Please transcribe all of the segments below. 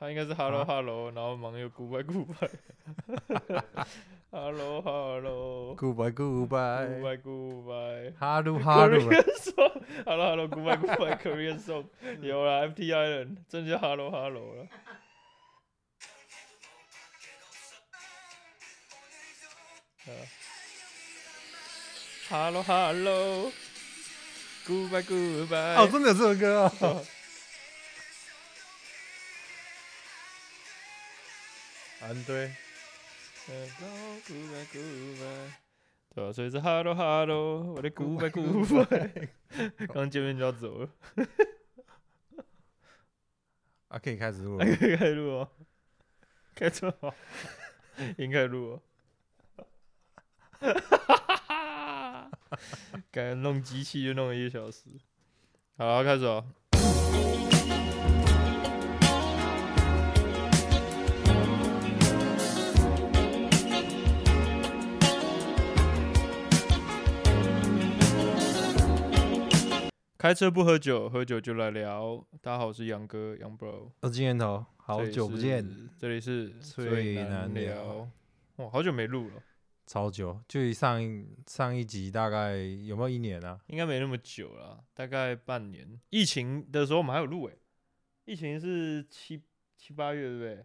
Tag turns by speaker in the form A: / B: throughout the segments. A: 他应
B: 啊
A: 该是 hello hello，、然后忙又 goodbye goodbye。hello hello
B: Goodbye, goodbye.
A: goodbye goodbye。
B: Hello, 哎 hello.
A: Korean song。hello hello goodbye goodbye Korean song。有 了 FTI 人，真叫 hello hello 了。啊 Hello hello。Goodbye goodbye。
B: 哦，真的有这首 歌啊！
A: 啊
B: 安堆，
A: Hello, goodbye, goodbye。对啊，所以是 Hello, Hello，我的 Goodbye, Goodbye。刚见面就要走了，
B: 啊，可以开始录了
A: 还。可以 开录哦，开车好，应该录哦。哦 感觉弄机器就弄了一个小时。好啊，开始哦。开车不喝酒，喝酒就来聊。大家好，我是杨哥，杨 bro。
B: 二金源头，好
A: 这里
B: 久不见，
A: 是，这里是
B: 最难
A: 难
B: 聊。
A: 哇，好久没录了，
B: 超久，距上一上一集大概有没有一年啊？
A: 应该没那么久了，大概半年。疫情的时候我们还有录诶、欸疫情是七七八月对不对？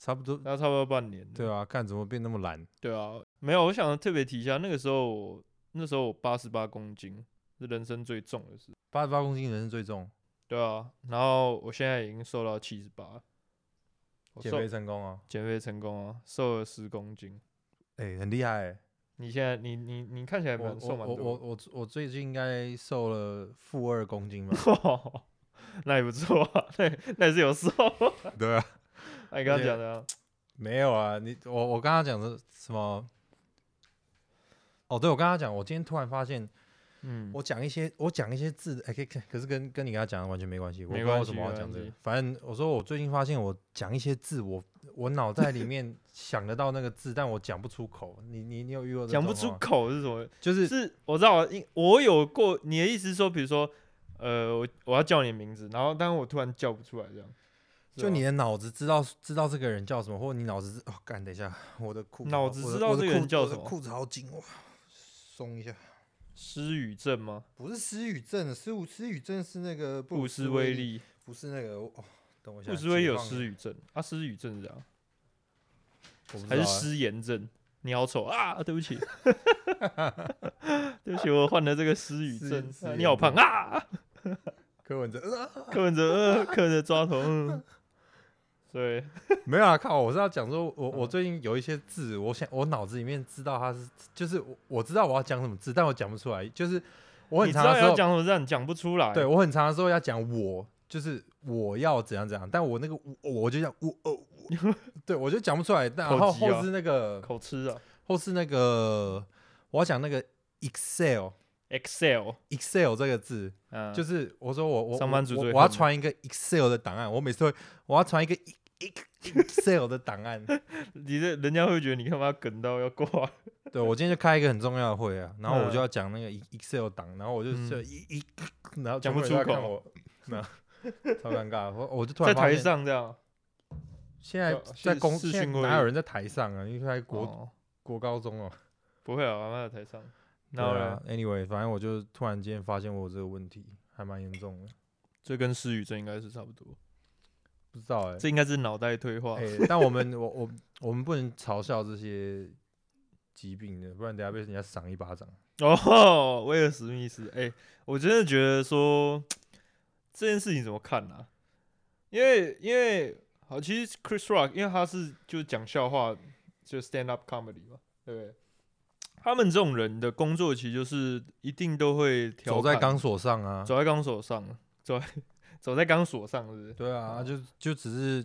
B: 差不多，
A: 那差不多半年了。
B: 对啊，看怎么变那么懒，
A: 对啊，没有，我想特别提一下，那个时候我那时候我八十八公斤，是人生最重的事。
B: 八十八公斤人是最重，
A: 对啊，然后我现在已经瘦到七十八，我
B: 减
A: 瘦
B: 肥成功啊！
A: 减肥成功啊，瘦了十公斤。
B: 哎，很厉害欸。
A: 你现在你你你看起来
B: 我
A: 哎蛮
B: 我
A: 瘦蛮
B: 我
A: 多的。
B: 我我我最近应该瘦了负二公斤 吧？
A: 哦，那也不错啊，那也那也是 有瘦。
B: 对啊，
A: 那你刚
B: 而
A: 刚
B: 且
A: 讲的啊，
B: 没有啊，你我我刚刚讲的什么？哦，对，我刚刚讲，我今天突然发现，
A: 嗯，
B: 我讲一些我讲一些字，哎、可以可以可是跟跟你刚刚讲的完全没关系，我不
A: 没
B: 知道
A: 关
B: 为什
A: 系
B: 么要
A: 没
B: 讲这
A: 关
B: 个
A: 系。
B: 反正我说我最近发现，我讲一些字，我我脑袋里面想得到那个字，但我讲不出口。你你你有遇过这
A: 讲不
B: 种
A: 出
B: 吗，
A: 口是什么？
B: 就是
A: 是我知道啊，因我有过你的意思是说，比如说，呃，我我要叫你的名字，然后但是我突然叫不出来这样，是
B: 就
A: 吧
B: 你的脑子知道知道这个人叫什么，或者你脑子知哦，干等一下，我的裤子
A: 脑
B: 好
A: 子
B: 我的
A: 知道
B: 我的
A: 这个人
B: 裤
A: 叫
B: 我的
A: 什么
B: 裤子好紧，哇，松一下。
A: 失语症吗？
B: 不是失语症，失语失语症是那个布
A: 布
B: 鲁
A: 斯
B: 斯
A: 威
B: 利，
A: 利，
B: 不是那个我哦。等我一下，
A: 布斯威利有
B: 失
A: 失语症啊，失语症是这样，
B: 我不
A: 还是
B: 知道欸
A: 失言症？你好丑啊！对不 起， 对不起，我患了这个失语
B: 失
A: 症
B: 失。
A: 啊你
B: 言
A: 好胖
B: 症
A: 啊！
B: 柯 文哲，呃
A: 柯文哲，呃，柯文哲抓头，嗯，对，
B: 没有啊，靠！我是要讲说，我我
A: 嗯
B: 最近有一些字，我想我脑子里面知道它是，就是我我知道我要讲什么字，但我讲不出来。就是我
A: 你
B: 很
A: 知
B: 长
A: 道
B: 的时
A: 要
B: 候，
A: 讲什么，但你讲不出来。
B: 对我很长的时候要讲我，就是我要怎样怎样，但我那个我我就讲我 哦，我对我就讲不出来。但
A: 口
B: 然后
A: 急啊
B: 后是那个，
A: 口吃啊
B: 后是那个，我要讲那个 Excel
A: ，Excel，
B: Excel 这个字，
A: 嗯，
B: 就是是我说我我
A: 上
B: 我
A: 班族
B: 我
A: 最
B: 我要
A: 恨的
B: 传一个 Excel 的档案，我每次会我要传一个 E- E- Excel 的 档案。
A: 你这人家会觉得你他妈梗到要挂，
B: 对我今天就开一个很重要的会啊，然后我
A: 嗯
B: 就要讲那个 E- Excel 档，然后我就
A: 嗯
B: 就一一， 然后
A: 讲
B: 全部
A: 不
B: 人
A: 出
B: 都在看
A: 口
B: 我， 那超尴尬。我我就突
A: 在
B: 然发
A: 台
B: 现，
A: 上这样。
B: 现在
A: 呃
B: 在
A: 是
B: 公
A: 视
B: 现
A: 讯
B: 在
A: 会
B: 哪有
A: 议
B: 人在台上啊？因为在国
A: 哦
B: 国高中哦。
A: 不会啊，我妈在台上。
B: 对
A: 然后呢
B: 啊，，anyway，反正我就突然间发现我有这个问题，还蛮严重的，
A: 这跟失语症应该是差不多，
B: 不知道哎。
A: 这应该是脑袋退化
B: 哎、。但我们我我我们不能嘲笑这些疾病的，不然等下被人家赏一巴掌。
A: 哦，威尔史密斯，哎、我真的觉得说这件事情怎么看呢、啊？因为因为好，其实 Chris Rock，因为他是就讲笑话，就 stand up comedy 嘛，对不对？他们这种人的工作其实就是一定都会调
B: 走在
A: 侃
B: 钢索上啊，
A: 走在钢索上，走在走在钢索上，是不是？
B: 对啊，就就只是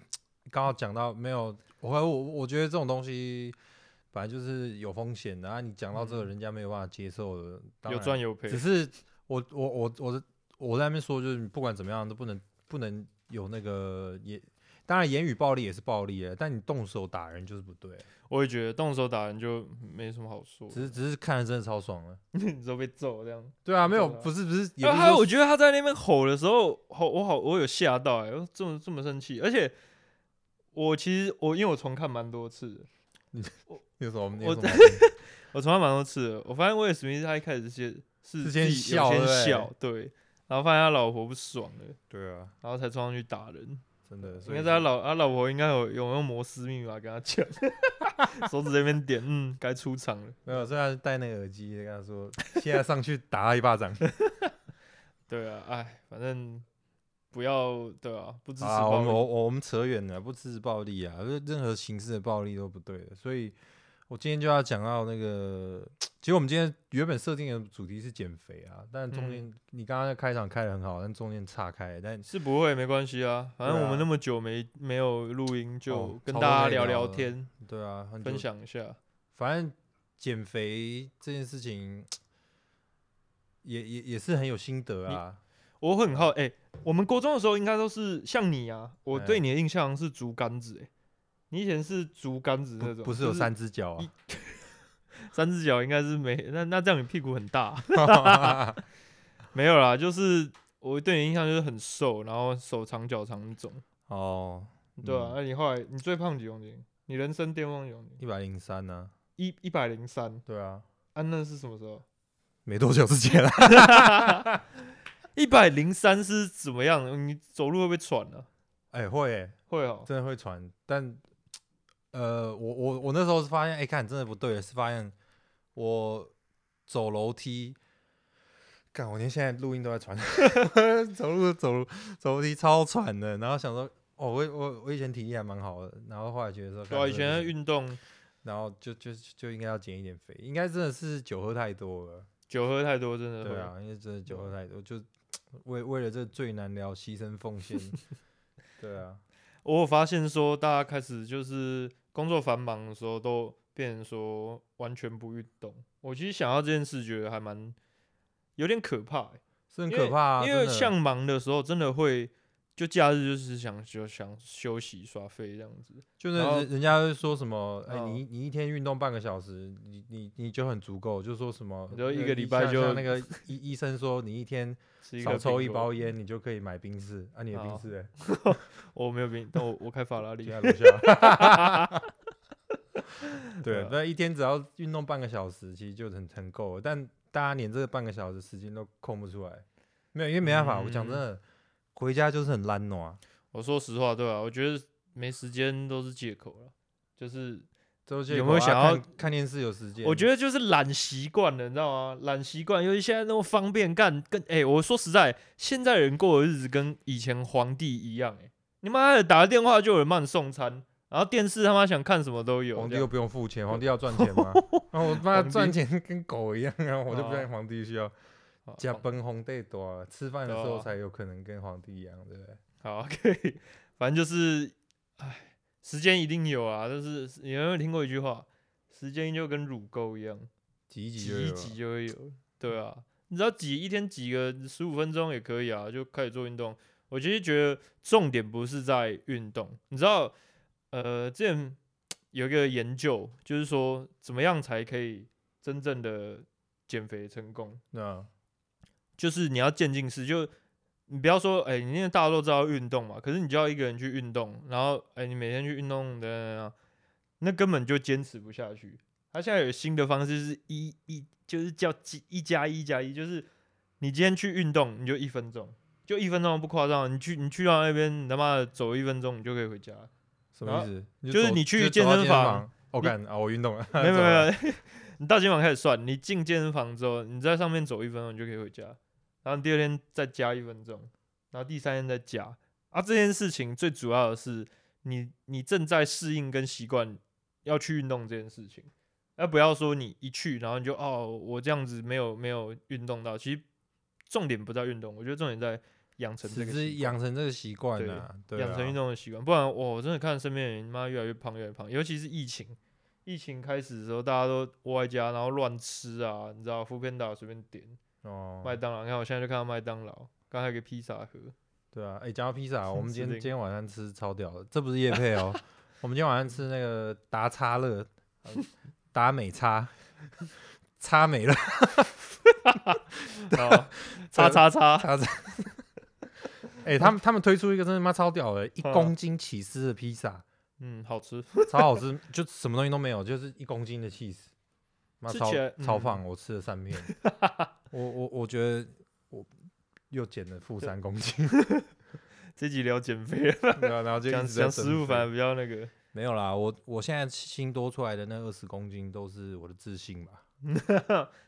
B: 刚好讲到没有，我我我觉得这种东西本来就是有风险的啊，你讲到这个
A: 嗯
B: 人家没有办法接受的，当
A: 有
B: 然
A: 赚有赔
B: 只，是我我我我的我在那边说，就是不管怎么样都不能不能有那个也。当然言语暴力也是暴力的，但你动手打人就是不对，啊
A: 我也觉得动手打人就没什么好说的，
B: 只是只是看着真的超爽啊的。
A: 你说被揍这样。
B: 对啊，没有
A: 真的啊
B: 不是不是，也
A: 然后
B: 不是
A: 他，
B: 说
A: 我觉得他在那边吼的时候，吼我好，我有吓到哎、我这么这么生气，而且我其实我因为我重看蛮多次的，
B: 有什么
A: 我
B: 有什么毛病
A: 我重看蛮多次的，我发现威尔史密斯他一开始是是
B: 是
A: 自己
B: 先
A: 有
B: 笑对不对
A: 先笑，对，然后发现他老婆不爽了，
B: 对啊，
A: 然后才冲上去打人。
B: 真的，
A: 应
B: 所以
A: 该是他老他老婆应该有有用摩斯密码跟他讲， 手指这边点，嗯，该出场了。
B: 没有，虽然戴那个耳机，跟他说现在上去打他一 巴掌。
A: 对啊，哎，反正不要对啊，不支持
B: 啊，我
A: 暴
B: 们
A: 力。
B: 我我我们扯远了，不支持暴力啊，就是任何形式的暴力都不对的。所以我今天就要讲到那个，其实我们今天原本设定的主题是减肥啊，但
A: 嗯
B: 中间、你刚刚在开场开的很好，但中间岔开了，但
A: 是不会没关系啊，反正
B: 对啊
A: 我们那么久没没有录音，就
B: 哦
A: 跟
B: 超
A: 大
B: 多
A: 家
B: 内
A: 聊
B: 容
A: 聊
B: 了
A: 天，
B: 对啊，很久
A: 分，享一下。
B: 反正减肥这件事情也也也是很有心得啊。
A: 我很好，哎、我们国中的时候应该都是像你啊，我
B: 哎
A: 对你的印象是竹竿子、哎，你以前是竹竿子那
B: 不
A: 种，
B: 不是
A: 就
B: 有三只脚啊
A: 一三只脚，应该是没那那这样你屁股很大。
B: 啊？
A: 没有啦，就是我对你印象就是很瘦，然后手长脚长那种，
B: 哦，
A: 对啊，
B: 嗯
A: 那、你后来你最胖几公斤？你人生巅峰几公斤？
B: 一百零三呢？
A: 一一百零三，
B: 对啊，
A: 啊，那是什么时候？
B: 没多久之前啊。
A: 一百零三是怎么样的？你走路会不会喘啊？
B: 哎、会、欸。
A: 会哦，
B: 真的会传，但呃，我我我那时候是发现，哎、看真的不对，是发现我走楼梯，干，我连现在录音都在传， 走路走路走楼梯超喘的，然后想说，哦，我我我以前体力还蛮好的，然后后来觉得说，
A: 对啊，
B: 干
A: 以
B: 真
A: 前
B: 的不
A: 的
B: 行
A: 运动
B: 然后就就就应该要减一点肥，应该真的是酒喝太多了，
A: 酒喝太多真的会
B: 对，啊，因为真的
A: 嗯
B: 酒喝太多，就为为了这最难聊牺牲 奉献，对啊，
A: 我有发现说大家开始就是工作繁忙的时候都变成说完全不运动，我其实想到这件事觉得还蛮有点可怕、欸。
B: 是很
A: 因为
B: 可怕、啊，
A: 因为
B: 真的
A: 像忙的时候，真的会就假日就是想就想休息耍废这样子。
B: 就是
A: 然后
B: 人人家会说什么，哎、
A: 嗯
B: 你你一天运动半个小时，你你你就很足够，就说什么，
A: 你就一
B: 呃
A: 个礼拜
B: 像像
A: 就
B: 那个医医生说，你一天
A: 吃一
B: 少
A: 个嗯
B: 抽
A: 苹
B: 一
A: 果
B: 包，烟，你就可以买冰室啊，你的冰
A: 好
B: 室嘞、
A: 哦我没有冰，但我我开法拉
B: 就
A: 利。
B: 在楼下。
A: 对
B: 对
A: 啊，
B: 啊那一天只要运动半个小时，其实就很很够了。但大家连这个半个小时时间都空不出来，没有，因为没办法，我讲真的，回家就是很懒惰啊，
A: 我说实话，对啊，我觉得没时间都是借口了，就是
B: 周杰
A: 有没有
B: 伦啊
A: 想要
B: 看看电视有时间？
A: 我觉得就是懒习惯了，你知道吗？懒习惯，尤其现在那么方便干，跟哎、我说实在，现在人过的日子跟以前皇帝一样、哎，你妈的打个电话就有人帮你送餐，然后电视他妈想看什么都有
B: 皇
A: 这
B: 帝
A: 样，
B: 又不用付钱，皇帝要赚钱吗？啊， 我妈
A: 皇帝
B: 赚钱跟狗一样啊，我就不
A: 啊
B: 像皇帝需要
A: 啊
B: 加崩红帝多，吃饭的时
A: 对
B: 候
A: 啊
B: 才有可能跟皇帝一样，对不对？
A: 好，可以， 反正就是，哎，时间一定有啊。但是你有没有听过一句话？时间就跟乳沟一样，
B: 挤一挤就
A: 挤一
B: 有
A: 挤
B: 了。
A: 就会有。对啊，你只要挤一天挤个十五分钟也可以啊，就开始做运动。我其实觉得重点不是在运动，你知道，呃，之前有一个研究，就是说怎么样才可以真正的减肥成功。
B: 那
A: 就是你要渐进式，就你不要说，哎、你因为大家都知道运动嘛，可是你就要一个人去运动，然后，哎、你每天去运动的，那根本就坚持不下去。他现在有新的方式是一一，就是叫几一加一加一，就是你今天去运动，你就一分钟，就一分钟不夸张，你去你去到那边，你他妈的走一分钟，你就可以回家。
B: 什么意思？
A: 就是
B: 走
A: 你去
B: 就走
A: 健
B: 到
A: 身
B: 健
A: 房
B: 房，我
A: 你
B: 干啊，我运动了，
A: 没有没
B: 走
A: 有没
B: 了，
A: 有，你到健身房开始算，你进健身房之后，你在上面走一分钟，你就可以回家，然后第二天再加一分钟，然后第三天再加。啊，这件事情最主要的是你你正在适应跟习惯要去运动这件事情，而不要说你一去然后你就哦我这样子没有没有运动到，其实重点不在运动，我觉得重点在养成这
B: 只
A: 个
B: 是
A: 习惯
B: 养成这个习惯
A: 对
B: 啊，对
A: 养成运
B: 啊，
A: 动的习惯，不然哇我真的看身边的人妈越来越胖，越来越胖，尤其是疫情，疫情开始的时候，大家都窝在家，然后乱吃啊，你知道，富片打随便点，
B: 哦，
A: 麦当劳，你看我现在就看到麦当劳，刚才有个披萨盒，
B: 对啊，哎，讲到披 萨，我们
A: 指
B: 今天
A: 定
B: 今天晚上吃超屌的，这不是夜配 哦，我们今天晚上吃那个达叉乐，呃达美叉， 叉美 乐，
A: 好，叉叉叉，
B: 叉叉。哎，他们他们推出一个真的妈超屌的，一
A: 嗯
B: 公斤起司的披萨，
A: 嗯，好吃，
B: 超好吃，就什么东西都没有，就是一公斤的 cheese，妈
A: 吃
B: 超
A: 起来
B: 超
A: 嗯
B: 棒，我吃了三 片，我我我觉得我又减了负三公斤，
A: 这集聊减肥，
B: 对啊然后就一
A: 讲
B: 直在
A: 讲
B: 增
A: 食物
B: 肥
A: 反而比较那个，
B: 没有啦，我我现在新多出来的那二十公斤都是我的自信吧。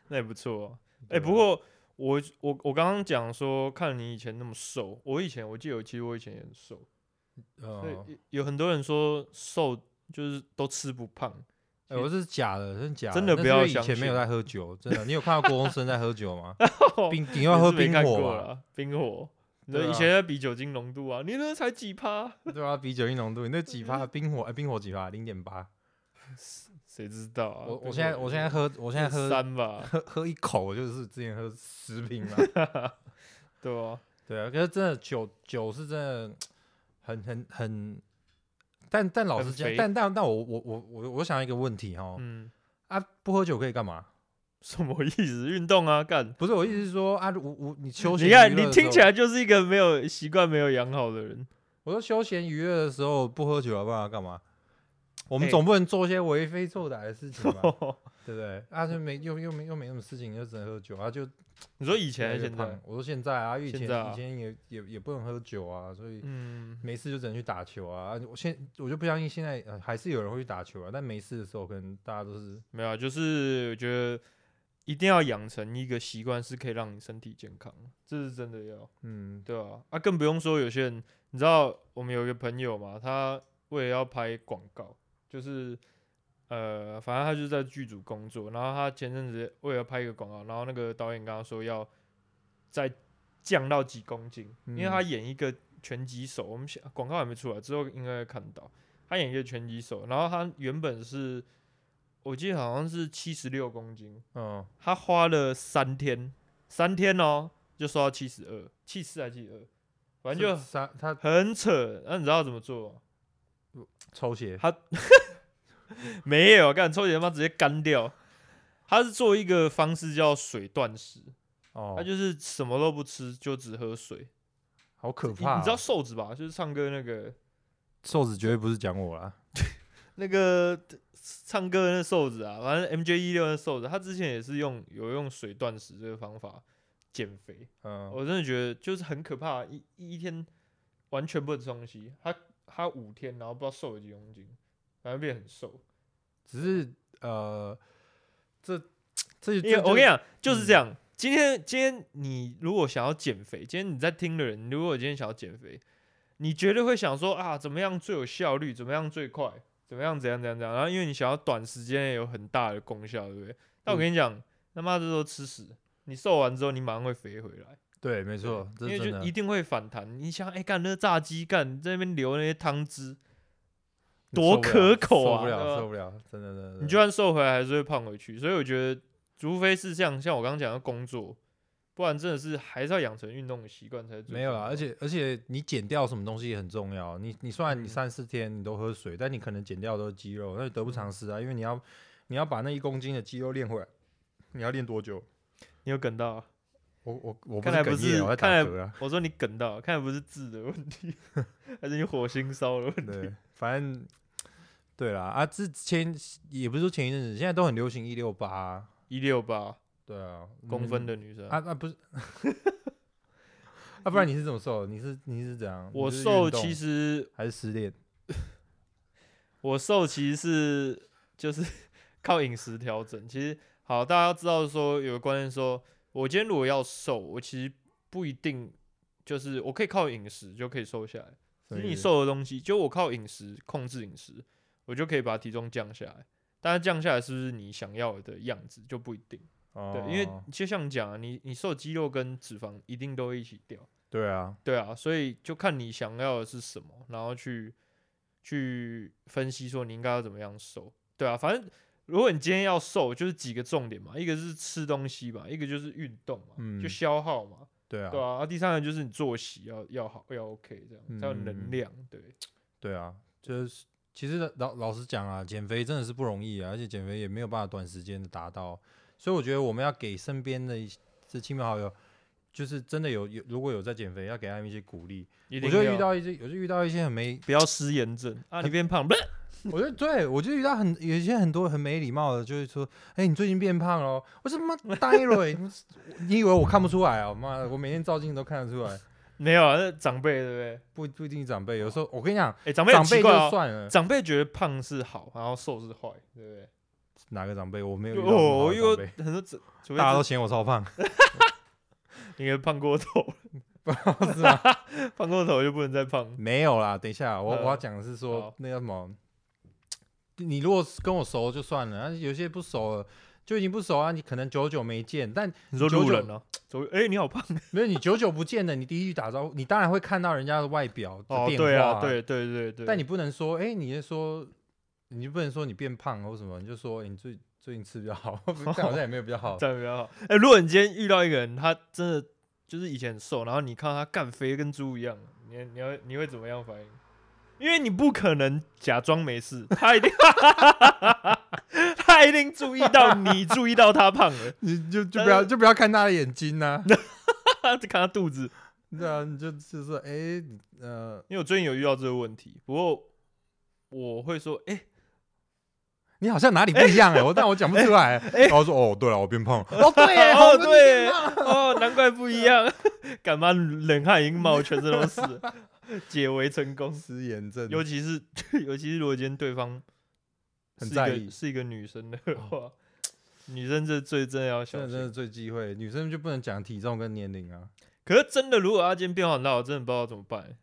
A: 那也不错、哦。哎、
B: 对啊
A: 不过我我我刚刚讲说，看你以前那么瘦，我以前我记得，其实我以前也很瘦，所以
B: 呃，
A: 有有很多人说瘦就是都吃不胖，
B: 哎我是假的，真的假的，
A: 真的
B: 那
A: 不
B: 是因为
A: 要
B: 以
A: 相
B: 前没有
A: 信
B: 在喝酒，真的。你有看到国中生在喝酒 吗？冰，你
A: 你
B: 要喝
A: 是没
B: 冰
A: 看
B: 火啊
A: 过
B: 吧？
A: 啦，冰火。那
B: 对啊
A: 以前在比酒精浓度啊，你那才几趴，
B: 对啊，比酒精浓度，你那几趴冰火？哎，冰火几趴？零点八。
A: 谁知道啊？
B: 我
A: 冰
B: 我现在
A: 火
B: 我现在喝，我现在喝
A: 三吧，
B: 喝喝一口，我就是之前喝十 瓶了。
A: 对啊，
B: 对啊，可是真的酒酒是真的很很很，但但老
A: 很
B: 实讲
A: 肥，
B: 但但但我我我我我想到一个问题哦，
A: 嗯，
B: 啊，不喝酒可以干嘛？
A: 什么意思？运动啊，干。
B: 不是我意思是说啊，如我我你休闲
A: 你看，
B: 娱乐
A: 你
B: 的时
A: 听
B: 候
A: 起，来就是一个没有习惯、没有养好的人。
B: 我说休闲娱乐的时候不喝酒要不然要干嘛？我们
A: 哎
B: 总不能做一些为非作歹的事情 吧，对不对？啊，就没又又没又没什么事情，就只能喝酒啊，就
A: 你说以
B: 越
A: 前
B: 来
A: 还
B: 越
A: 是现在
B: 胖？我说现在啊，因为以
A: 现
B: 前、
A: 在啊
B: 以前也也也不能喝酒啊，所以
A: 嗯，
B: 没事就只能去打球啊。啊我现我就不相信现在、呃还是有人会去打球啊，但没事的时候可能大家都是
A: 没有啊，就是我觉得一定要养成一个习惯，是可以让你身体健康的，这是真的要，
B: 嗯
A: 对啊，啊，更不用说有些人，你知道我们有一个朋友嘛，他为了要拍广告，就是呃，反正他就是在剧组工作，然后他前阵子为了拍一个广告，然后那个导演跟他说要再降到几公斤，因为他演一个拳击手，我们想广告还没出来，之后应该会看到他演一个拳击手，然后他原本是我记得好像是七十六公斤，
B: 嗯
A: 他花了三天，三天哦就瘦到七十二，七十还七十二，反正
B: 是
A: 就
B: 他他
A: 很扯。那、你知道怎么做吗？
B: 抽血，
A: 没有，干抽血他妈直接干掉。他是做一个方式叫水断食，
B: 哦，
A: 他就是什么都不吃，就只喝水。
B: 好可
A: 你
B: 怕、啊
A: 你知道瘦子吧？就是唱歌那个
B: 瘦子绝对不是讲我啦，
A: 那个唱歌的那瘦子啊，反正 MJ 一六那瘦子，他之前也是用有用水断食这个方法减肥。
B: 嗯，
A: 我真的觉得就是很可怕，一一天完全不能吃东西，他他五天，然后不知道瘦了几公斤，反正变很瘦。
B: 只是呃，这这
A: 因为
B: 这
A: 我跟
B: 就
A: 你讲，就是这
B: 嗯
A: 样。今天今天你如果想要减肥，今天你在听的人，你如果今天想要减肥，你绝对会想说啊，怎么样最有效率，怎么样最快，怎么样怎样怎样怎样。然后因为你想要短时间内有很大的功效，对不对？但
B: 嗯
A: 我跟你讲，他妈这都吃屎。你瘦完之后，你马上会肥回来。
B: 对，没错，这
A: 因为
B: 是真
A: 就一
B: 的。
A: 定会反弹。你想，哎、干那炸鸡干在那边流那些汤汁，多
B: 受不了
A: 可口
B: 受
A: 啊
B: 不
A: 对吧
B: 了，受不了，真的真的。真的
A: 你就算瘦回来还是会胖回去。所以我觉得，除非是像像我刚刚讲的工作，不然真的是还是要养成运动的习惯才是最
B: 没有
A: 重
B: 啦，
A: 要
B: 而且而且你减掉什么东西也很重要。你你虽然你
A: 嗯
B: 三四天你都喝水，但你可能减掉都是肌肉，那得不
A: 嗯
B: 偿失啊。因为你要你要把那一公斤的肌肉练回来，你要练多久？
A: 你有梗到啊、
B: 我我我不
A: 看来
B: 是
A: 不
B: 哽咽，
A: 是
B: 我在
A: 看
B: 打
A: 来
B: 嗝啊。
A: 我说你梗到啊，看来不是字的问 题，还是你火星烧的问题。
B: 对，反正对啦啊，之前也不是说前一阵子，现在都很流行一六八，啊
A: 一六八
B: 对啊，
A: 公分
B: 的
A: 的女生，
B: 啊啊 不是。啊，不然你是怎么瘦的？你是你是怎样？
A: 我
B: 你是
A: 瘦
B: 运动
A: 其实
B: 还是失恋？
A: 我瘦其实是就是 靠饮食调整。其实好，大家要知道说有个观念说，我今天如果要瘦，我其实不一定就是我可以靠饮食就可以瘦下来。其
B: 什么
A: 实
B: 意
A: 你
B: 思
A: 瘦的东西，就我靠饮食控制饮食，我就可以把体重降下来。但是降下来是不是你想要的样子就不一定。
B: 哦，
A: 对，因为就像你讲、啊，你你瘦肌肉跟脂肪一定都会一起掉。
B: 对啊，
A: 对啊，所以就看你想要的是什么，然后去去分析说你应该要怎么样瘦。对啊，反正如果你今天要瘦，就是几个重点嘛，一个是吃东西嘛，一个就是运动嘛，
B: 嗯
A: 就消耗嘛，
B: 对啊，
A: 对啊，啊第三个就是你作息要要好，要 OK 这样，才有能
B: 嗯
A: 量。对，
B: 对啊，就是其实老老实讲啊，减肥真的是不容易啊，而且减肥也没有办法短时间的达到，所以我觉得我们要给身边的一些这亲朋好友，就是真的有有如果有在减肥，要给他们一些鼓励。
A: 一
B: 我
A: 定
B: 就
A: 要
B: 遇到一些，我就遇到一些很没，
A: 不要失言症 啊，你变胖，不是
B: 我就对我就遇到很有一些很多很没礼貌的，就是说，哎、你最近变胖了哦，我说妈呆了欸， 你你以为我看不出来啊？妈的，我每天照镜子都看得出来，
A: 没有啊，那长辈对不
B: 不不一定长辈，有时候我跟你讲，
A: 对？哎，长辈很
B: 长
A: 奇
B: 辈
A: 怪
B: 就
A: 哦，
B: 算了，
A: 长辈觉得胖是好，然后瘦是坏，对不对？
B: 哪个长辈我没有遇到什么
A: 哦，
B: 好
A: 我
B: 的
A: 遇
B: 长
A: 过
B: 辈。
A: 很多， 除除非
B: 大家都
A: 是
B: 嫌我超胖，
A: 你给胖过头了，哦
B: 是吗？
A: 胖过头就不能再胖。
B: 没有啦，等一下，我、
A: 呃
B: 我要讲的是说
A: 好
B: 那叫什么？你如果是跟我熟就算了，但是有些不熟了，就已经不熟啊。你可能久久没见，但
A: 你说
B: 久
A: 路
B: 久
A: 人哦，走，哎，你好 胖
B: 没有你久久不见的，你第一句打招呼，你当然会看到人家的外表的
A: 哦，
B: 变化、
A: 对啊，。对对对对。
B: 但你不能说，哎、你就说，你就不能说你变胖或什么，你就说、诶你最最近吃比较好， 但好像也没有比 较好。
A: 这样比较好。哎、如果你今天遇到一个人，他真的就是以前很瘦，然后你看到他干肥跟猪一样，你你要你会怎么样反应？因为你不可能假装没 事，他一定，他一定注意到你注意到他胖 了，
B: 你就就
A: 但
B: 不要
A: 是
B: 就不要看他的眼睛呐、
A: 他只看他肚子。
B: 对啊，你就就是说，哎、你呃，
A: 因为我最近有遇到这个问题，不过我会说，哎、
B: 你好像哪里不一样哎、我但我讲不出来、然后说哦，对了，我变胖了。 哦，对耶，
A: 哎哦
B: 我变
A: 对
B: 胖了
A: 哦，难怪不一样， 干嘛冷汗已经冒，全身都是了，解围成功。
B: 失言症，
A: 尤其是 尤其是如果今天对方
B: 很
A: 是一
B: 在
A: 个
B: 意哦
A: 是一个女生的话，女生这最真的要
B: 真
A: 小
B: 的真的
A: 心。
B: 最忌讳，女生就不能讲体重跟年龄啊，
A: 可是真的，如果她今天变化很大，我真的不知道怎么办。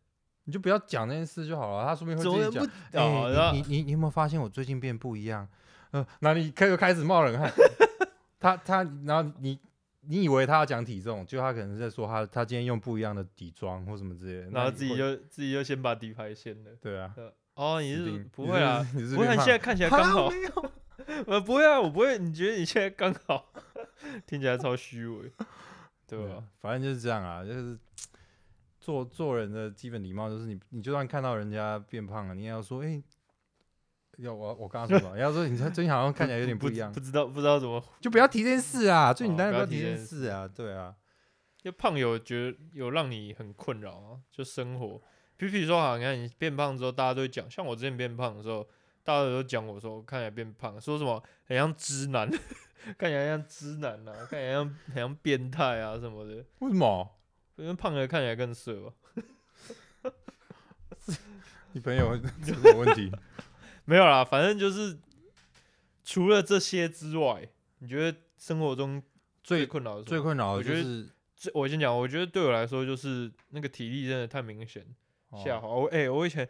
B: 你就不要讲那件事就好了，她说不定会
A: 怎么
B: 自己
A: 不
B: 讲。
A: 哦然
B: 哎、
A: 后
B: 你你你你有没有发现我最近变不一样？呃，那你开又开始冒 冷汗，她她然后你你以为她要讲体重，就她可能是在说她她今天用不一样的底妆或什么之类的，
A: 然
B: 那
A: 后
B: 你
A: 自己
B: 会
A: 就自己就先把底牌掀了。
B: 对啊，
A: 呃哦，你是
B: 死定
A: 不
B: 你
A: 会
B: 是
A: 啊？
B: 你是
A: 不会啊，你
B: 变胖
A: 现在看起来
B: 啊
A: 刚好
B: 我。没有
A: 呃，不会啊，我不会。你觉得你现在刚好？ 听起来超虚伪，对吧、
B: 啊，反正就是这样啊，就是做做人的基本礼貌，就是你你就算看到人家变胖了，你也要说，哎、要我我刚刚说什么？ 你要说你最近好像看起来有点
A: 不
B: 不一
A: 知
B: 样
A: 不，知道不知道怎么
B: 就不要提这件事啊，最简单的
A: 不
B: 不
A: 要
B: 要
A: 提
B: 提
A: 这
B: 这
A: 件
B: 件事啊，对啊，
A: 就胖有觉得有让你很困扰啊，就生活。比比如说，好，你看你变胖之后，大家都会讲，像我之前变胖的时候，大家都讲我说我看起来变胖，说什么很像直男， 看起来像直男啊，看起来像很像变态啊什么的，
B: 为什么？
A: 因为胖的看起来更色吧？
B: 你 朋友有什么问题？
A: 没有啦，反正就是除了这些之外，你觉得生活中最
B: 最
A: 困扰的是什
B: 最
A: 么？
B: 困扰的
A: 我
B: 就
A: 觉得
B: 是
A: 最我先讲，我觉得对我来说就是那个体力真的太明显，吓
B: 哦
A: 好我哎、我以前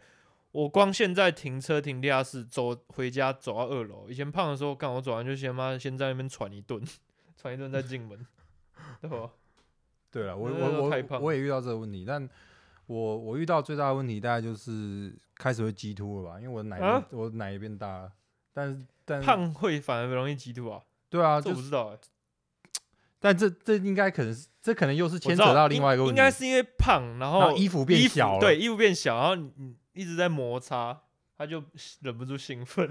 A: 我光现在停车停地下室走回家走到二楼，以前胖的时候，干我走完就先妈先在那边喘一顿， 喘一顿再进门，对吧？
B: 对了，我
A: 那时候
B: 我
A: 太
B: 我
A: 胖
B: 我也遇到这个问题，但我我遇到最大的问题大概就是开始会激突了吧，因为我奶变、
A: 啊
B: 我奶也变大了，但是但是
A: 胖会反而容易嫉妒啊，
B: 对嗯啊，
A: 这
B: 就
A: 我不知道哎、
B: 但这这应该可能是，这可能又是
A: 我
B: 牵
A: 知
B: 扯
A: 道
B: 到另外一个
A: 应应
B: 问题，
A: 该是因为胖，然
B: 然
A: 后
B: 后衣服变小了
A: 对，衣服变小，然后你你一直在摩擦，他就忍不住兴奋，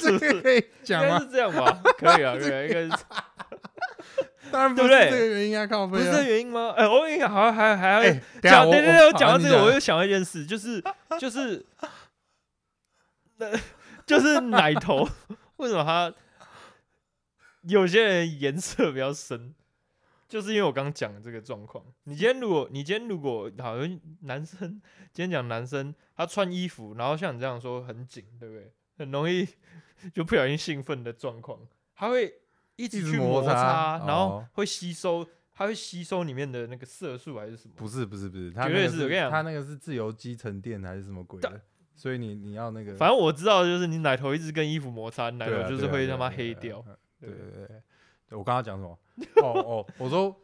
B: 这个可以
A: 应
B: 讲
A: 该
B: 吗？
A: 是这样吧？可以啊，可以啊，应该是。
B: 当然不
A: 对
B: 是
A: 不对
B: 这个原因啊，靠
A: 不
B: 背
A: 是
B: 啊。
A: 这原因吗？哎、我跟你讲，好像还还要
B: 哎，等一下
A: 讲，
B: 我
A: 对对对，我
B: 好
A: 讲到
B: 你
A: 这个，我
B: 讲
A: 又想到一件事，就是就是， 那、就是奶头，为什么它有些人颜色比较深，就是因为我刚讲的这个状况。你今天如果你今天如果好像男生，今天讲男生他穿衣服，然后像你这样说很紧，对不对？很容易就不小心兴奋的状况，他会一
B: 一
A: 直
B: 直
A: 去
B: 摩
A: 摩
B: 擦
A: 擦，然后
B: 哦
A: 会吸收，它会吸收里面的那个色素还是什么？
B: 不是不是不是，他
A: 绝
B: 那
A: 对
B: 个
A: 是我跟你讲
B: 他那个是自由基沉淀还是什么鬼的，所以你你要那个，
A: 反正我知道，就是你奶头一直跟衣服摩擦，你奶
B: 对
A: 头
B: 啊
A: 就是
B: 对啊
A: 会
B: 对
A: 他
B: 啊
A: 妈
B: 对啊
A: 黑
B: 对啊
A: 掉。
B: 对
A: 对
B: 对对对，对我刚刚讲什么？哦哦，我说，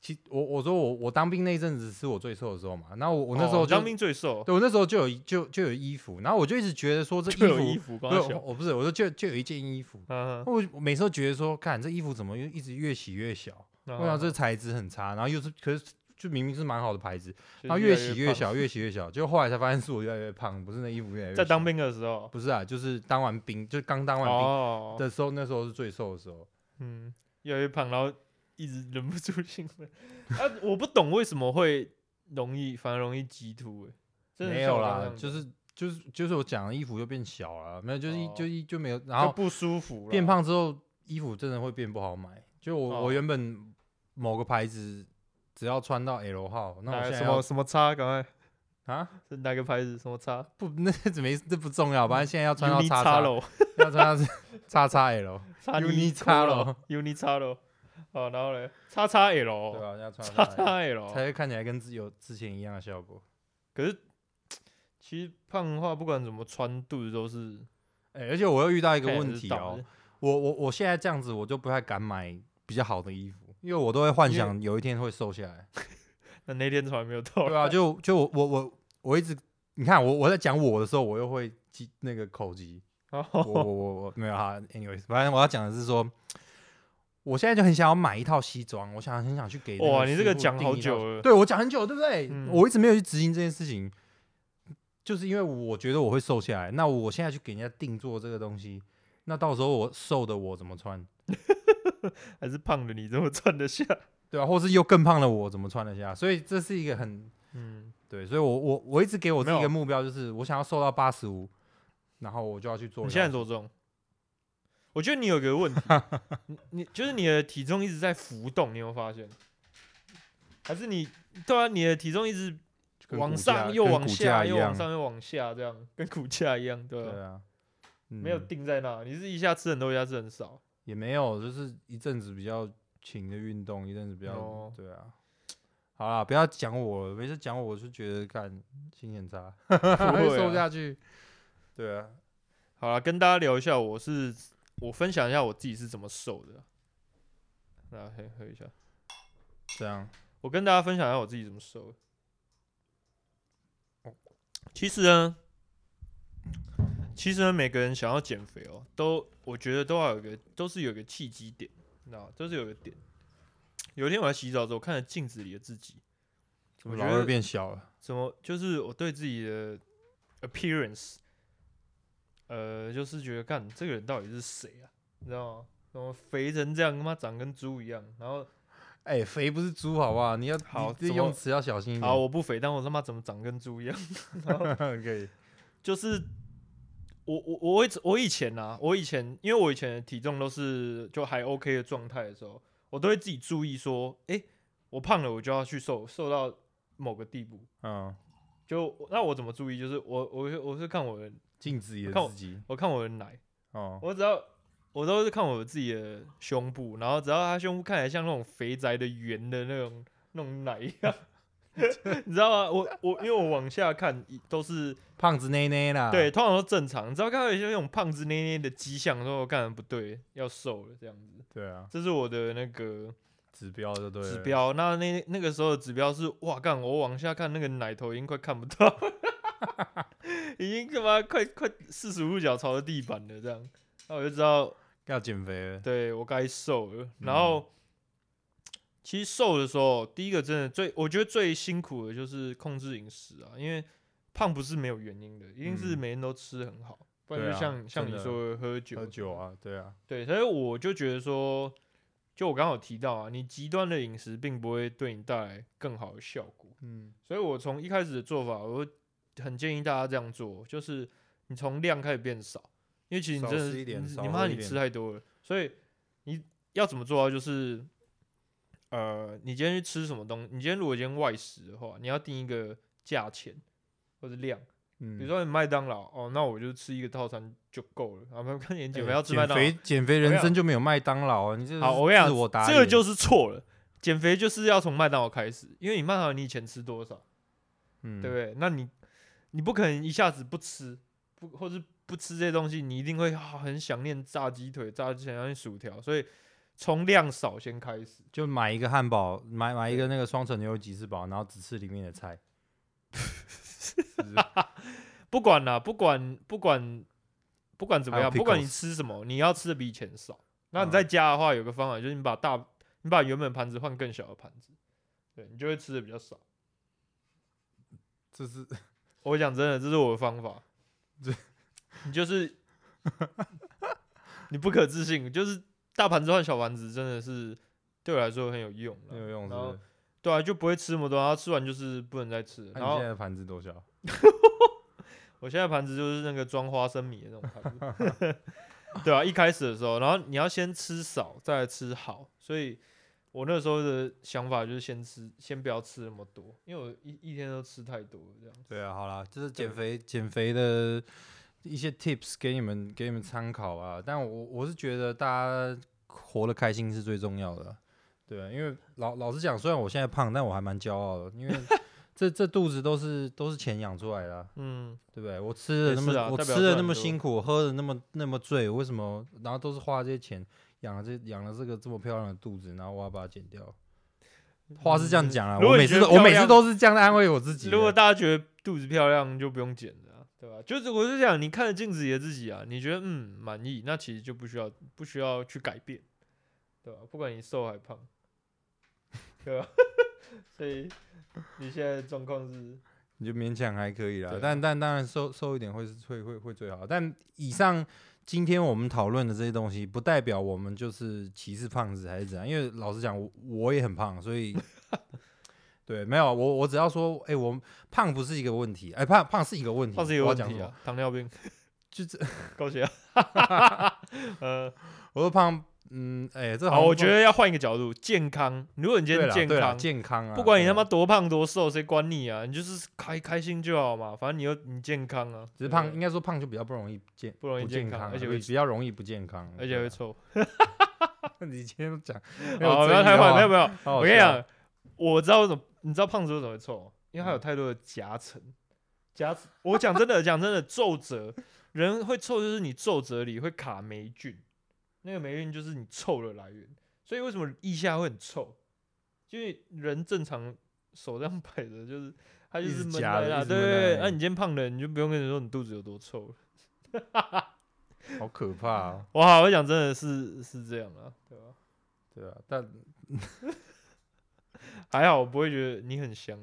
B: 其我我说我我当兵那一阵子是我最瘦的时候嘛，然后我我那时
A: 哦
B: 候
A: 你
B: 就
A: 当，兵最瘦，
B: 对我那时候就有一就就有衣服，然后我就一直觉得说这
A: 就有
B: 衣
A: 衣
B: 服，
A: 服
B: 不
A: 光
B: 是我
A: 小。
B: 我不是我说就就有一件衣服，
A: 嗯哼，
B: 我我每次都觉得说，看这衣服怎么又一直越洗越小，我
A: 然
B: 想
A: 后
B: 这材质很差，然后又是可是就明明是蛮好的牌子，
A: 就
B: 然后
A: 越来
B: 洗
A: 胖
B: 啊越，小，越洗越小，结果后来才发现是我越来越胖，不是那衣服越来越
A: 在当
B: 小
A: 兵的时候，
B: 不是啊，就是当完兵，就刚当完兵
A: 哦，
B: 的时候，那时候是最瘦的时候。
A: 嗯，越来越胖，然后一直忍不住兴奋。 啊，我不懂为什么会容易，反而容易急突、欸，真的
B: 没
A: 像
B: 有
A: 我刚
B: 啦
A: 刚，
B: 就
A: 讲
B: 是就是就是我讲的衣服就变小了，没有就是一、
A: 哦
B: 就一就没有，然
A: 就
B: 后
A: 不舒服，
B: 变，胖之后衣服真的会变不好买。就我、
A: 哦
B: 我原本某个牌子只要穿到 L 号，那我
A: 来
B: 现在
A: 什么
B: 要
A: 什么叉，赶快
B: 啊
A: 是哪个牌子？什么叉？
B: 不那这没这不重要，反正现在要穿到
A: Uni 哦
B: 叉
A: 叉
B: 叉，
A: 喽，
B: 要穿到叉叉 L，
A: 叉
B: Uni
A: 叉
B: 叉
A: 喽
B: 喽
A: ，Uni 叉喽，哦，然后嘞，叉叉
B: 对
A: L，
B: 吧、要穿
A: 叉
B: 到
A: 叉
B: 叉 L，才
A: L，
B: 会看起来跟自有之前一样的效果。
A: 可是其实胖的话，不管怎么穿，肚子都是
B: 哎、而且我又遇到一
A: 一
B: 个问题哦、我我我现在这样子，我就不太敢买比较好的衣服，因为我都会幻
A: 因为
B: 想有一天会瘦下来。
A: 那那天从来没有到，
B: 对啊，就就我我我我一直，你看我我在讲我的时候，我又会记那个口急。
A: 然
B: 我
A: 后
B: 我我我没有哈，anyways，反正我要讲的是说，我现在就很想要买一套西装，我想很想去给那
A: 哇，你这
B: 师
A: 个
B: 傅
A: 讲
B: 订
A: 好
B: 一套西
A: 久了，
B: 对我讲很久，对不对？
A: 嗯
B: 我一直没有去执行这件事情，就是因为我觉得我会瘦下来。那我现在去给人家定做这个东西，那到时候我瘦的我怎么穿？
A: 还是胖的你怎么穿得下？
B: 对啊，或是又更胖的我怎么穿得下？所以这是一个很
A: 嗯，
B: 对，所以我我我一直给我自己一
A: 没有
B: 个目标，就是我想要瘦到八十五，然后我就要去做
A: 你
B: 一
A: 现在
B: 下。
A: 多重？我觉得你有个 问题，你你就是你的体重一直在浮动，你有没有发现？还是你对啊，你的体重一直
B: 跟
A: 往
B: 股价
A: 上又
B: 跟
A: 往
B: 股
A: 下
B: 价
A: 又
B: 一
A: 往
B: 样
A: 上又往下，这样跟骨架一样，对啊
B: 对啊，嗯
A: 没有定在那，你是一下吃很多，一下吃很少。
B: 也没有，就是一阵子比较勤的运动，一阵子比较、
A: 哦
B: 对啊。好啦，不要讲我了，每次讲我我就觉得干心情差，
A: 不 会啊
B: 瘦下去。对啊，
A: 好了，跟大家聊一下，我是我分享一下我自己是怎么瘦的。那喝喝一下，
B: 这样
A: 我跟大家分享一下我自己怎么瘦的。
B: 哦
A: 其实呢，其实呢，每个人想要减肥哦，都我觉得都要有一个，都是有一个契机点，你知道吗都是有一个点。有一天我在洗澡的时候，我看着镜子里的自己，
B: 怎么
A: 我
B: 老
A: 觉得
B: 二变小了？
A: 怎么就是我对自己的 appearance，呃，就是觉得干这个人到底是谁啊？你知道吗？怎么肥成这样，他妈长跟猪一样？然后
B: 哎、肥不是猪好不好？你要
A: 好
B: 你这
A: 怎么
B: 用词要小心一点。
A: 啊，我不肥，但我他妈怎么长跟猪一样？
B: 可以。
A: 就是我我我会我以前啊，我以前因为我以前的体重都是就还 OK 的状态的时候，我都会自己注意说，诶，我胖了，我就要去瘦，瘦到某个地步。
B: 嗯，
A: 就那我怎么注意？就是我我是我是看我的
B: 镜子里
A: 看
B: 的
A: 我
B: 自己。
A: 我看我的奶，
B: 哦，
A: 我只要我都是看我自己的胸部，然后只要他胸部看起来像那种肥宅的圆的那种那种奶一样， 你知道吗？我我因为我往下看一都是
B: 胖子内内啦。
A: 对，，通常都正常。你知道看到有些那种胖子捏捏的迹象，说干得不对，要瘦了这样子。
B: 对啊，
A: 这是我的那个
B: 指标就对了。
A: 指标。那那那个时候的指标是哇干，我往下看那个奶头已经快看不到， 已经他妈快快四十五度角朝着地板了这样。那我就知道
B: 要减肥了。
A: 对我该瘦了。然后、
B: 嗯
A: 其实瘦的时候，第一个真的最，我觉得最辛苦的就是控制饮食啊，因为胖不是没有原因的，一定是
B: 嗯
A: 每天都吃很好，不然
B: 对
A: 就
B: 啊
A: 像、像
B: 真
A: 你
B: 的
A: 说的喝酒，
B: 喝酒，啊，对啊，
A: 对，所以我就觉得说，就我刚好提到啊，你极端的饮食并不会对你带来更好的效果。
B: 嗯，
A: 所以我从一开始的做法，我会很建议大家这样做，就是你从量开始变少，因为其实你
B: 少
A: 真的
B: 吃
A: 是
B: 一点
A: 你
B: 少
A: 你
B: 喝
A: 妈
B: 一
A: 你
B: 点
A: 吃太多了，所以你要怎么做到就是，呃，你今天去吃什么东西，你今天如果今天外食的话，你要定一个价钱或者量，
B: 比
A: 比如说你麦当劳哦，那我就吃一个套餐就够了，啊，不看你减肥要吃麦当劳
B: 肥，减肥
A: 我跟
B: 人
A: 你
B: 生就没有麦当劳啊！你这
A: 好，
B: 是
A: 我跟你
B: 自我打
A: 讲，这个
B: 脸
A: 就是错了。减肥就是要从麦当劳开始，因为你麦当劳你以前吃多少，
B: 嗯，
A: 对不对？那你你不可能一下子不吃，不或是不吃这些东西，你一定会、啊很想念炸鸡腿、炸鸡想念薯条，所以从量少先开始。
B: 就买一个汉堡，买买一个那个双层牛油吉士堡，然后只吃里面 的菜。是不是
A: 不管啦，不管不管不管怎么
B: 还有
A: 样，不管你
B: pickles
A: 吃什么，你要吃的比以前少。那你
B: 嗯
A: 在家的话，有个方法就是你把大你把原本盘子换更小的盘子，对你就会吃的比较少。
B: 这是
A: 我讲真的，这是我的方法
B: 这。
A: 你就是你不可置信，就是大盘子换小盘子，真的是对我来说很有用啦。
B: 没有用是
A: 然
B: 不
A: 后
B: 是？
A: 对啊，就不会吃那么多，然后吃完就是不能再吃了。
B: 那、
A: 然
B: 啊你
A: 后
B: 现在的盘子多小？
A: 我现在盘子就是那个装花生米的那种盘子， 对啊，一开始的时候，然后你要先吃少，再来吃好，所以我那时候的想法就是先吃，先不要吃那么多，因为我一一天都吃太多了这样。
B: 对啊，好啦，就是减
A: 对
B: 肥减肥的一些 tips 给你们给你们参考啊。但我我是觉得大家活得开心是最重要的，对啊，因为老老实讲，虽然我现在胖，但我还蛮骄傲的，因为 这这肚子都是都是钱养出来的啊、
A: 嗯，
B: 对不对？我吃的
A: 也
B: 那么、
A: 是啊
B: 我
A: 代表
B: 吃的
A: 赚
B: 那么
A: 很多
B: 辛苦，我喝的那么那么醉，为什么然后都是花这些钱养了这养了这个这么漂亮的肚子，然后我要把它剪掉？话是这样讲啦，啊
A: 如
B: 我
A: 果
B: 每
A: 你觉
B: 次
A: 得
B: 都我
A: 漂
B: 每次
A: 亮
B: 都是这样安慰我自己的。
A: 如果大家觉得肚子漂亮，就不用减了啊、对吧、就是我是讲，你看着镜子里的自己啊，你觉得嗯满意，那其实就不需要不需要去改变，对吧、不管你瘦还胖， 对吧、所以你现在的状况是。
B: 你就勉强还可以啦
A: 对。啊
B: 但但当然瘦瘦一点会是会会会最好。但以上今天我们讨论的这些东西，不代表我们就是歧视胖子还是怎样。因为老实讲，我我也很胖，所以对，没有我我只要说，哎、我胖不是一个问题，哎、胖胖是一个问题，
A: 胖是有
B: 我要
A: 问
B: 讲
A: 题
B: 什么
A: 啊，糖尿病、
B: 就 这，
A: 高血压。 呃，
B: 我说胖，嗯，哎、这
A: 好，
B: 好
A: 哦
B: 像
A: 我觉得要换一个角度，健康。如果你今
B: 对
A: 天
B: 啦
A: 健
B: 对啦
A: 康，
B: 健康啊，
A: 不管你
B: 对
A: 他
B: 啦
A: 妈多胖多瘦，谁管你啊？你就是开开心就好嘛，反正你又你健康啊，
B: 只
A: 对
B: 是胖，
A: 对
B: 应该说胖就比较不容易健
A: 不容易健
B: 健
A: 康
B: 啊
A: 而且
B: 比
A: 会
B: 比较容易不健康，
A: 而且
B: 对
A: 会
B: 啊
A: 臭。
B: 你今天都讲，
A: 好，不要太坏，没有哦没有，
B: 我
A: 我跟你讲，我知道为什么，你知道胖子为什么会臭？因为
B: 嗯
A: 它有太多的夹层，夹层。我讲真的，讲真的，皱褶人会臭，就是你皱褶里会卡霉菌，那个霉菌就是你臭的来源。所以为什么腋下会很臭？因为人正常手这样 摆着，就是它就
B: 一直
A: 是闷
B: 夹
A: 在
B: 着一
A: 那，
B: 直
A: 对
B: 闷在
A: 对对。
B: 那
A: 那、
B: 里
A: 你今天胖了，你就不用跟人说你肚子有多臭了。
B: 好可怕、哦，
A: 哇，我讲真的是是这样啊，对吧？
B: 对啊，但
A: 还好我不会觉得你很香。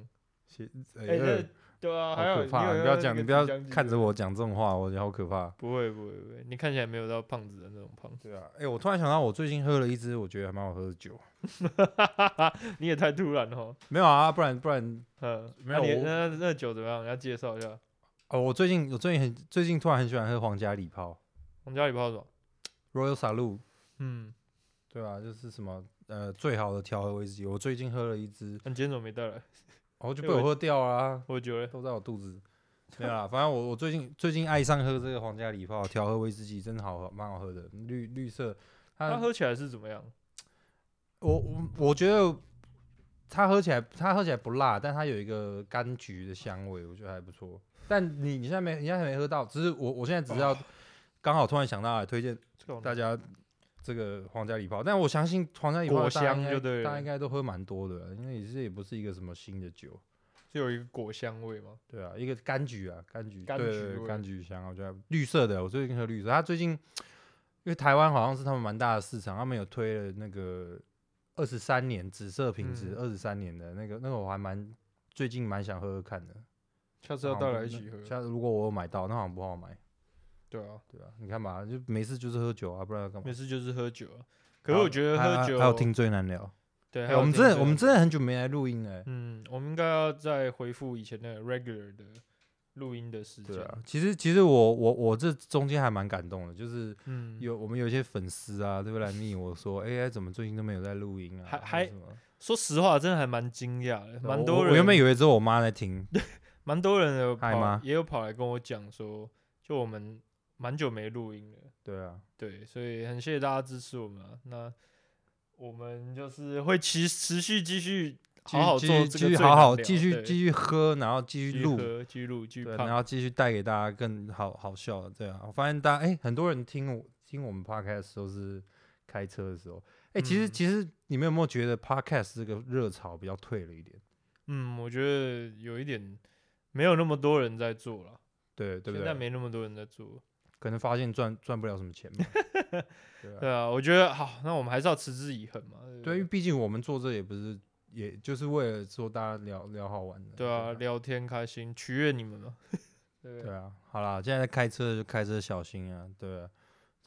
B: 其哎、
A: 哎、
B: 这
A: 这对啊，
B: 好
A: 还有
B: 可怕啊、
A: 有
B: 你
A: 要
B: 不要
A: 那
B: 讲，
A: 个
B: 你不要
A: 自己
B: 看
A: 记
B: 着
A: 录
B: 我讲这种话，我觉得好可怕。
A: 不会不会不会，你看起来没有到胖子的那种胖，
B: 对啊，哎、我突然想到，我最近喝了一支我觉得还蛮好喝的酒。
A: 你也太突然了吼。
B: 没有啊，不然不然，
A: 嗯，
B: 没
A: 那
B: 有
A: 你
B: 我
A: 那那酒怎么样？你要介绍一下。
B: 哦，我最近我最近很最近突然很喜欢喝皇家礼炮
A: 我们家里泡爽，
B: （Royal Salute），
A: 嗯，
B: 对啊，就是什么呃最好的调和威士忌。我最近喝了一支，
A: 那你今天怎么没带来？
B: 哦就
A: 哎
B: 被我
A: 我
B: 喝掉啊，
A: 我觉得
B: 都在我肚子。没有啦，反正我我最近最近爱上喝这个皇家礼炮调和威士忌，真的好喝，蛮好喝的，绿绿色。它
A: 它喝起来是怎么样？
B: 我我我觉得它喝起来，它喝起来不辣，但它有一个柑橘的香味，我觉得还不错。但你你现在没，你现在还没喝到，只是我我现在只是
A: 哦
B: 要刚好突然想到来推荐
A: 这个好
B: 大
A: 难
B: 家这个皇家礼炮，但我相信皇家礼炮
A: 果
B: 大家应
A: 香
B: 该
A: 就对
B: 大家
A: 了
B: 应该都喝蛮多的，因为这也不是一个什么新的酒，
A: 是有一个果香味吗？
B: 对啊，一个柑橘啊，柑橘，
A: 柑
B: 对
A: 橘
B: 对对
A: 味
B: 柑橘香，我觉得绿色的，我最近喝绿色。它最近因为台湾好像是他们蛮大的市场，他们有推了那个二十三年紫色品质
A: 嗯
B: 二十三年的那个，那个我还蛮最近蛮想喝喝看的。
A: 下次
B: 这
A: 要带来一起喝。
B: 下次如果我有买到，那好像不好买，
A: 对啊，
B: 对啊，你看吧，就每次就是喝酒啊，不然要干嘛
A: 每？次就是喝酒啊。可是我觉得
B: 还有
A: 喝
B: 啊还有
A: 酒
B: 还有听最难聊。
A: 对，
B: 哎、
A: 还有
B: 我们
A: 听
B: 真的
A: 这
B: 我们
A: 个
B: 真的很久没来录音了、欸
A: 嗯，我们应该要再回复以前那个 regular 的录音的时
B: 对
A: 间。
B: 啊，其实其实我我我这中间还蛮感动的，就是
A: 嗯，
B: 有我们有一些粉丝啊，对不对？来密我说，哎、怎么最近都没有在录音啊？
A: 还
B: 还
A: 还
B: 是什么
A: 说实话，真的还蛮惊讶的，蛮
B: 我
A: 多
B: 哦我
A: 人。
B: 我原本以为只有我妈在听，
A: 蛮多人有
B: 嗨
A: 跑
B: 吗，
A: 也有跑来跟我讲说，就我们蛮久没录音了，
B: 对啊，
A: 对，所以很谢谢大家支持我们、啊。那我们就是会持持续继续好好
B: 继
A: 做
B: 续
A: 这
B: 继
A: 个
B: 续
A: 最
B: 好
A: 难
B: 好
A: 聊
B: 继续
A: 对
B: 继续喝，然后继
A: 继
B: 续
A: 续
B: 录，
A: 喝继续录继续
B: 对，然
A: 胖，
B: 后继续带给大家更好好笑的，对啊。我发现大家哎、很多人听我听我们 podcast 都是开车的时候，哎、其实、
A: 嗯
B: 其实你们有没有觉得 podcast 这个热潮比较退了一点？
A: 嗯，我觉得有一点没有那么多人在做了，
B: 对对不
A: 现在
B: 对？
A: 没那么多人在做，
B: 可能发现赚赚不了什 么钱嘛。对啊，
A: 对啊，我觉得好，那我们还是要持之以恒嘛。对不
B: 对，因为
A: 对
B: 毕竟我们做这也不是，也就是为了说大家聊聊好玩的。
A: 对啊，聊天开心，取悦你们嘛。 对不对
B: 对啊，好啦，现在开车就开车小心啊，对啊，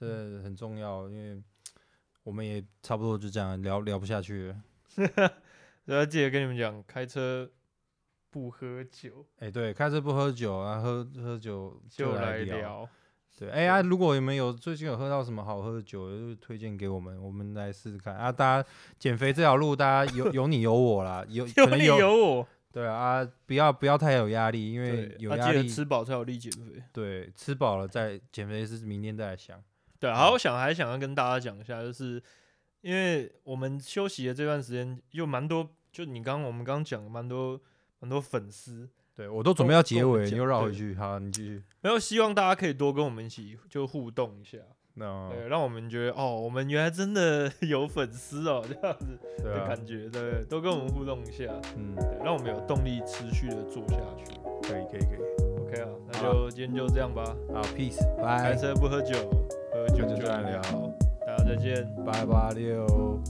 A: 嗯
B: 这很重要，因为我们也差不多就这样聊聊不下去了。
A: 对啊，记得跟你们讲，开车不喝酒，
B: 哎、对，开车不喝酒啊，喝喝酒
A: 就来。
B: 来
A: 聊。
B: 对，哎、呀、如果你们有最近有喝到什么好喝的酒，就推荐给我们，我们来试试看啊。大家减肥这条路，大家有有你有我啦，有可
A: 有
B: 能
A: 你
B: 有
A: 有我，
B: 对啊啊，不要不要太有压力，因为
A: 对
B: 有
A: 啊
B: 压
A: 记得
B: 力，
A: 吃饱才有力减肥。
B: 对，吃饱了再减肥是明天再来想。
A: 对啊，还有想还想要跟大家讲一下，就是因为我们休息的这段时间，有蛮多，就你刚我们刚讲蛮多蛮多粉丝，
B: 对我都准备
A: 跟
B: 要
A: 我
B: 结
A: 跟我
B: 尾了，你
A: 讲
B: 又绕回
A: 对
B: 去，好，你继续。
A: 然后希望大家可以多跟我们一起就互动一下，
B: 那
A: 对，让我们觉得哦，我们原来真的 有粉丝哦，这样子
B: 对
A: 的
B: 啊，
A: 感觉，对，多跟我们互动一下，
B: 嗯，
A: 对，让我们有动力持续的做下去。
B: 可以可以可以，
A: OK 啊，那
B: 好
A: 就今天就这样吧，
B: 好，peace，拜
A: 开车不喝酒，喝酒
B: 喝酒
A: 就
B: 再
A: 来
B: 聊
A: 聊，大家再见。
B: 拜八六。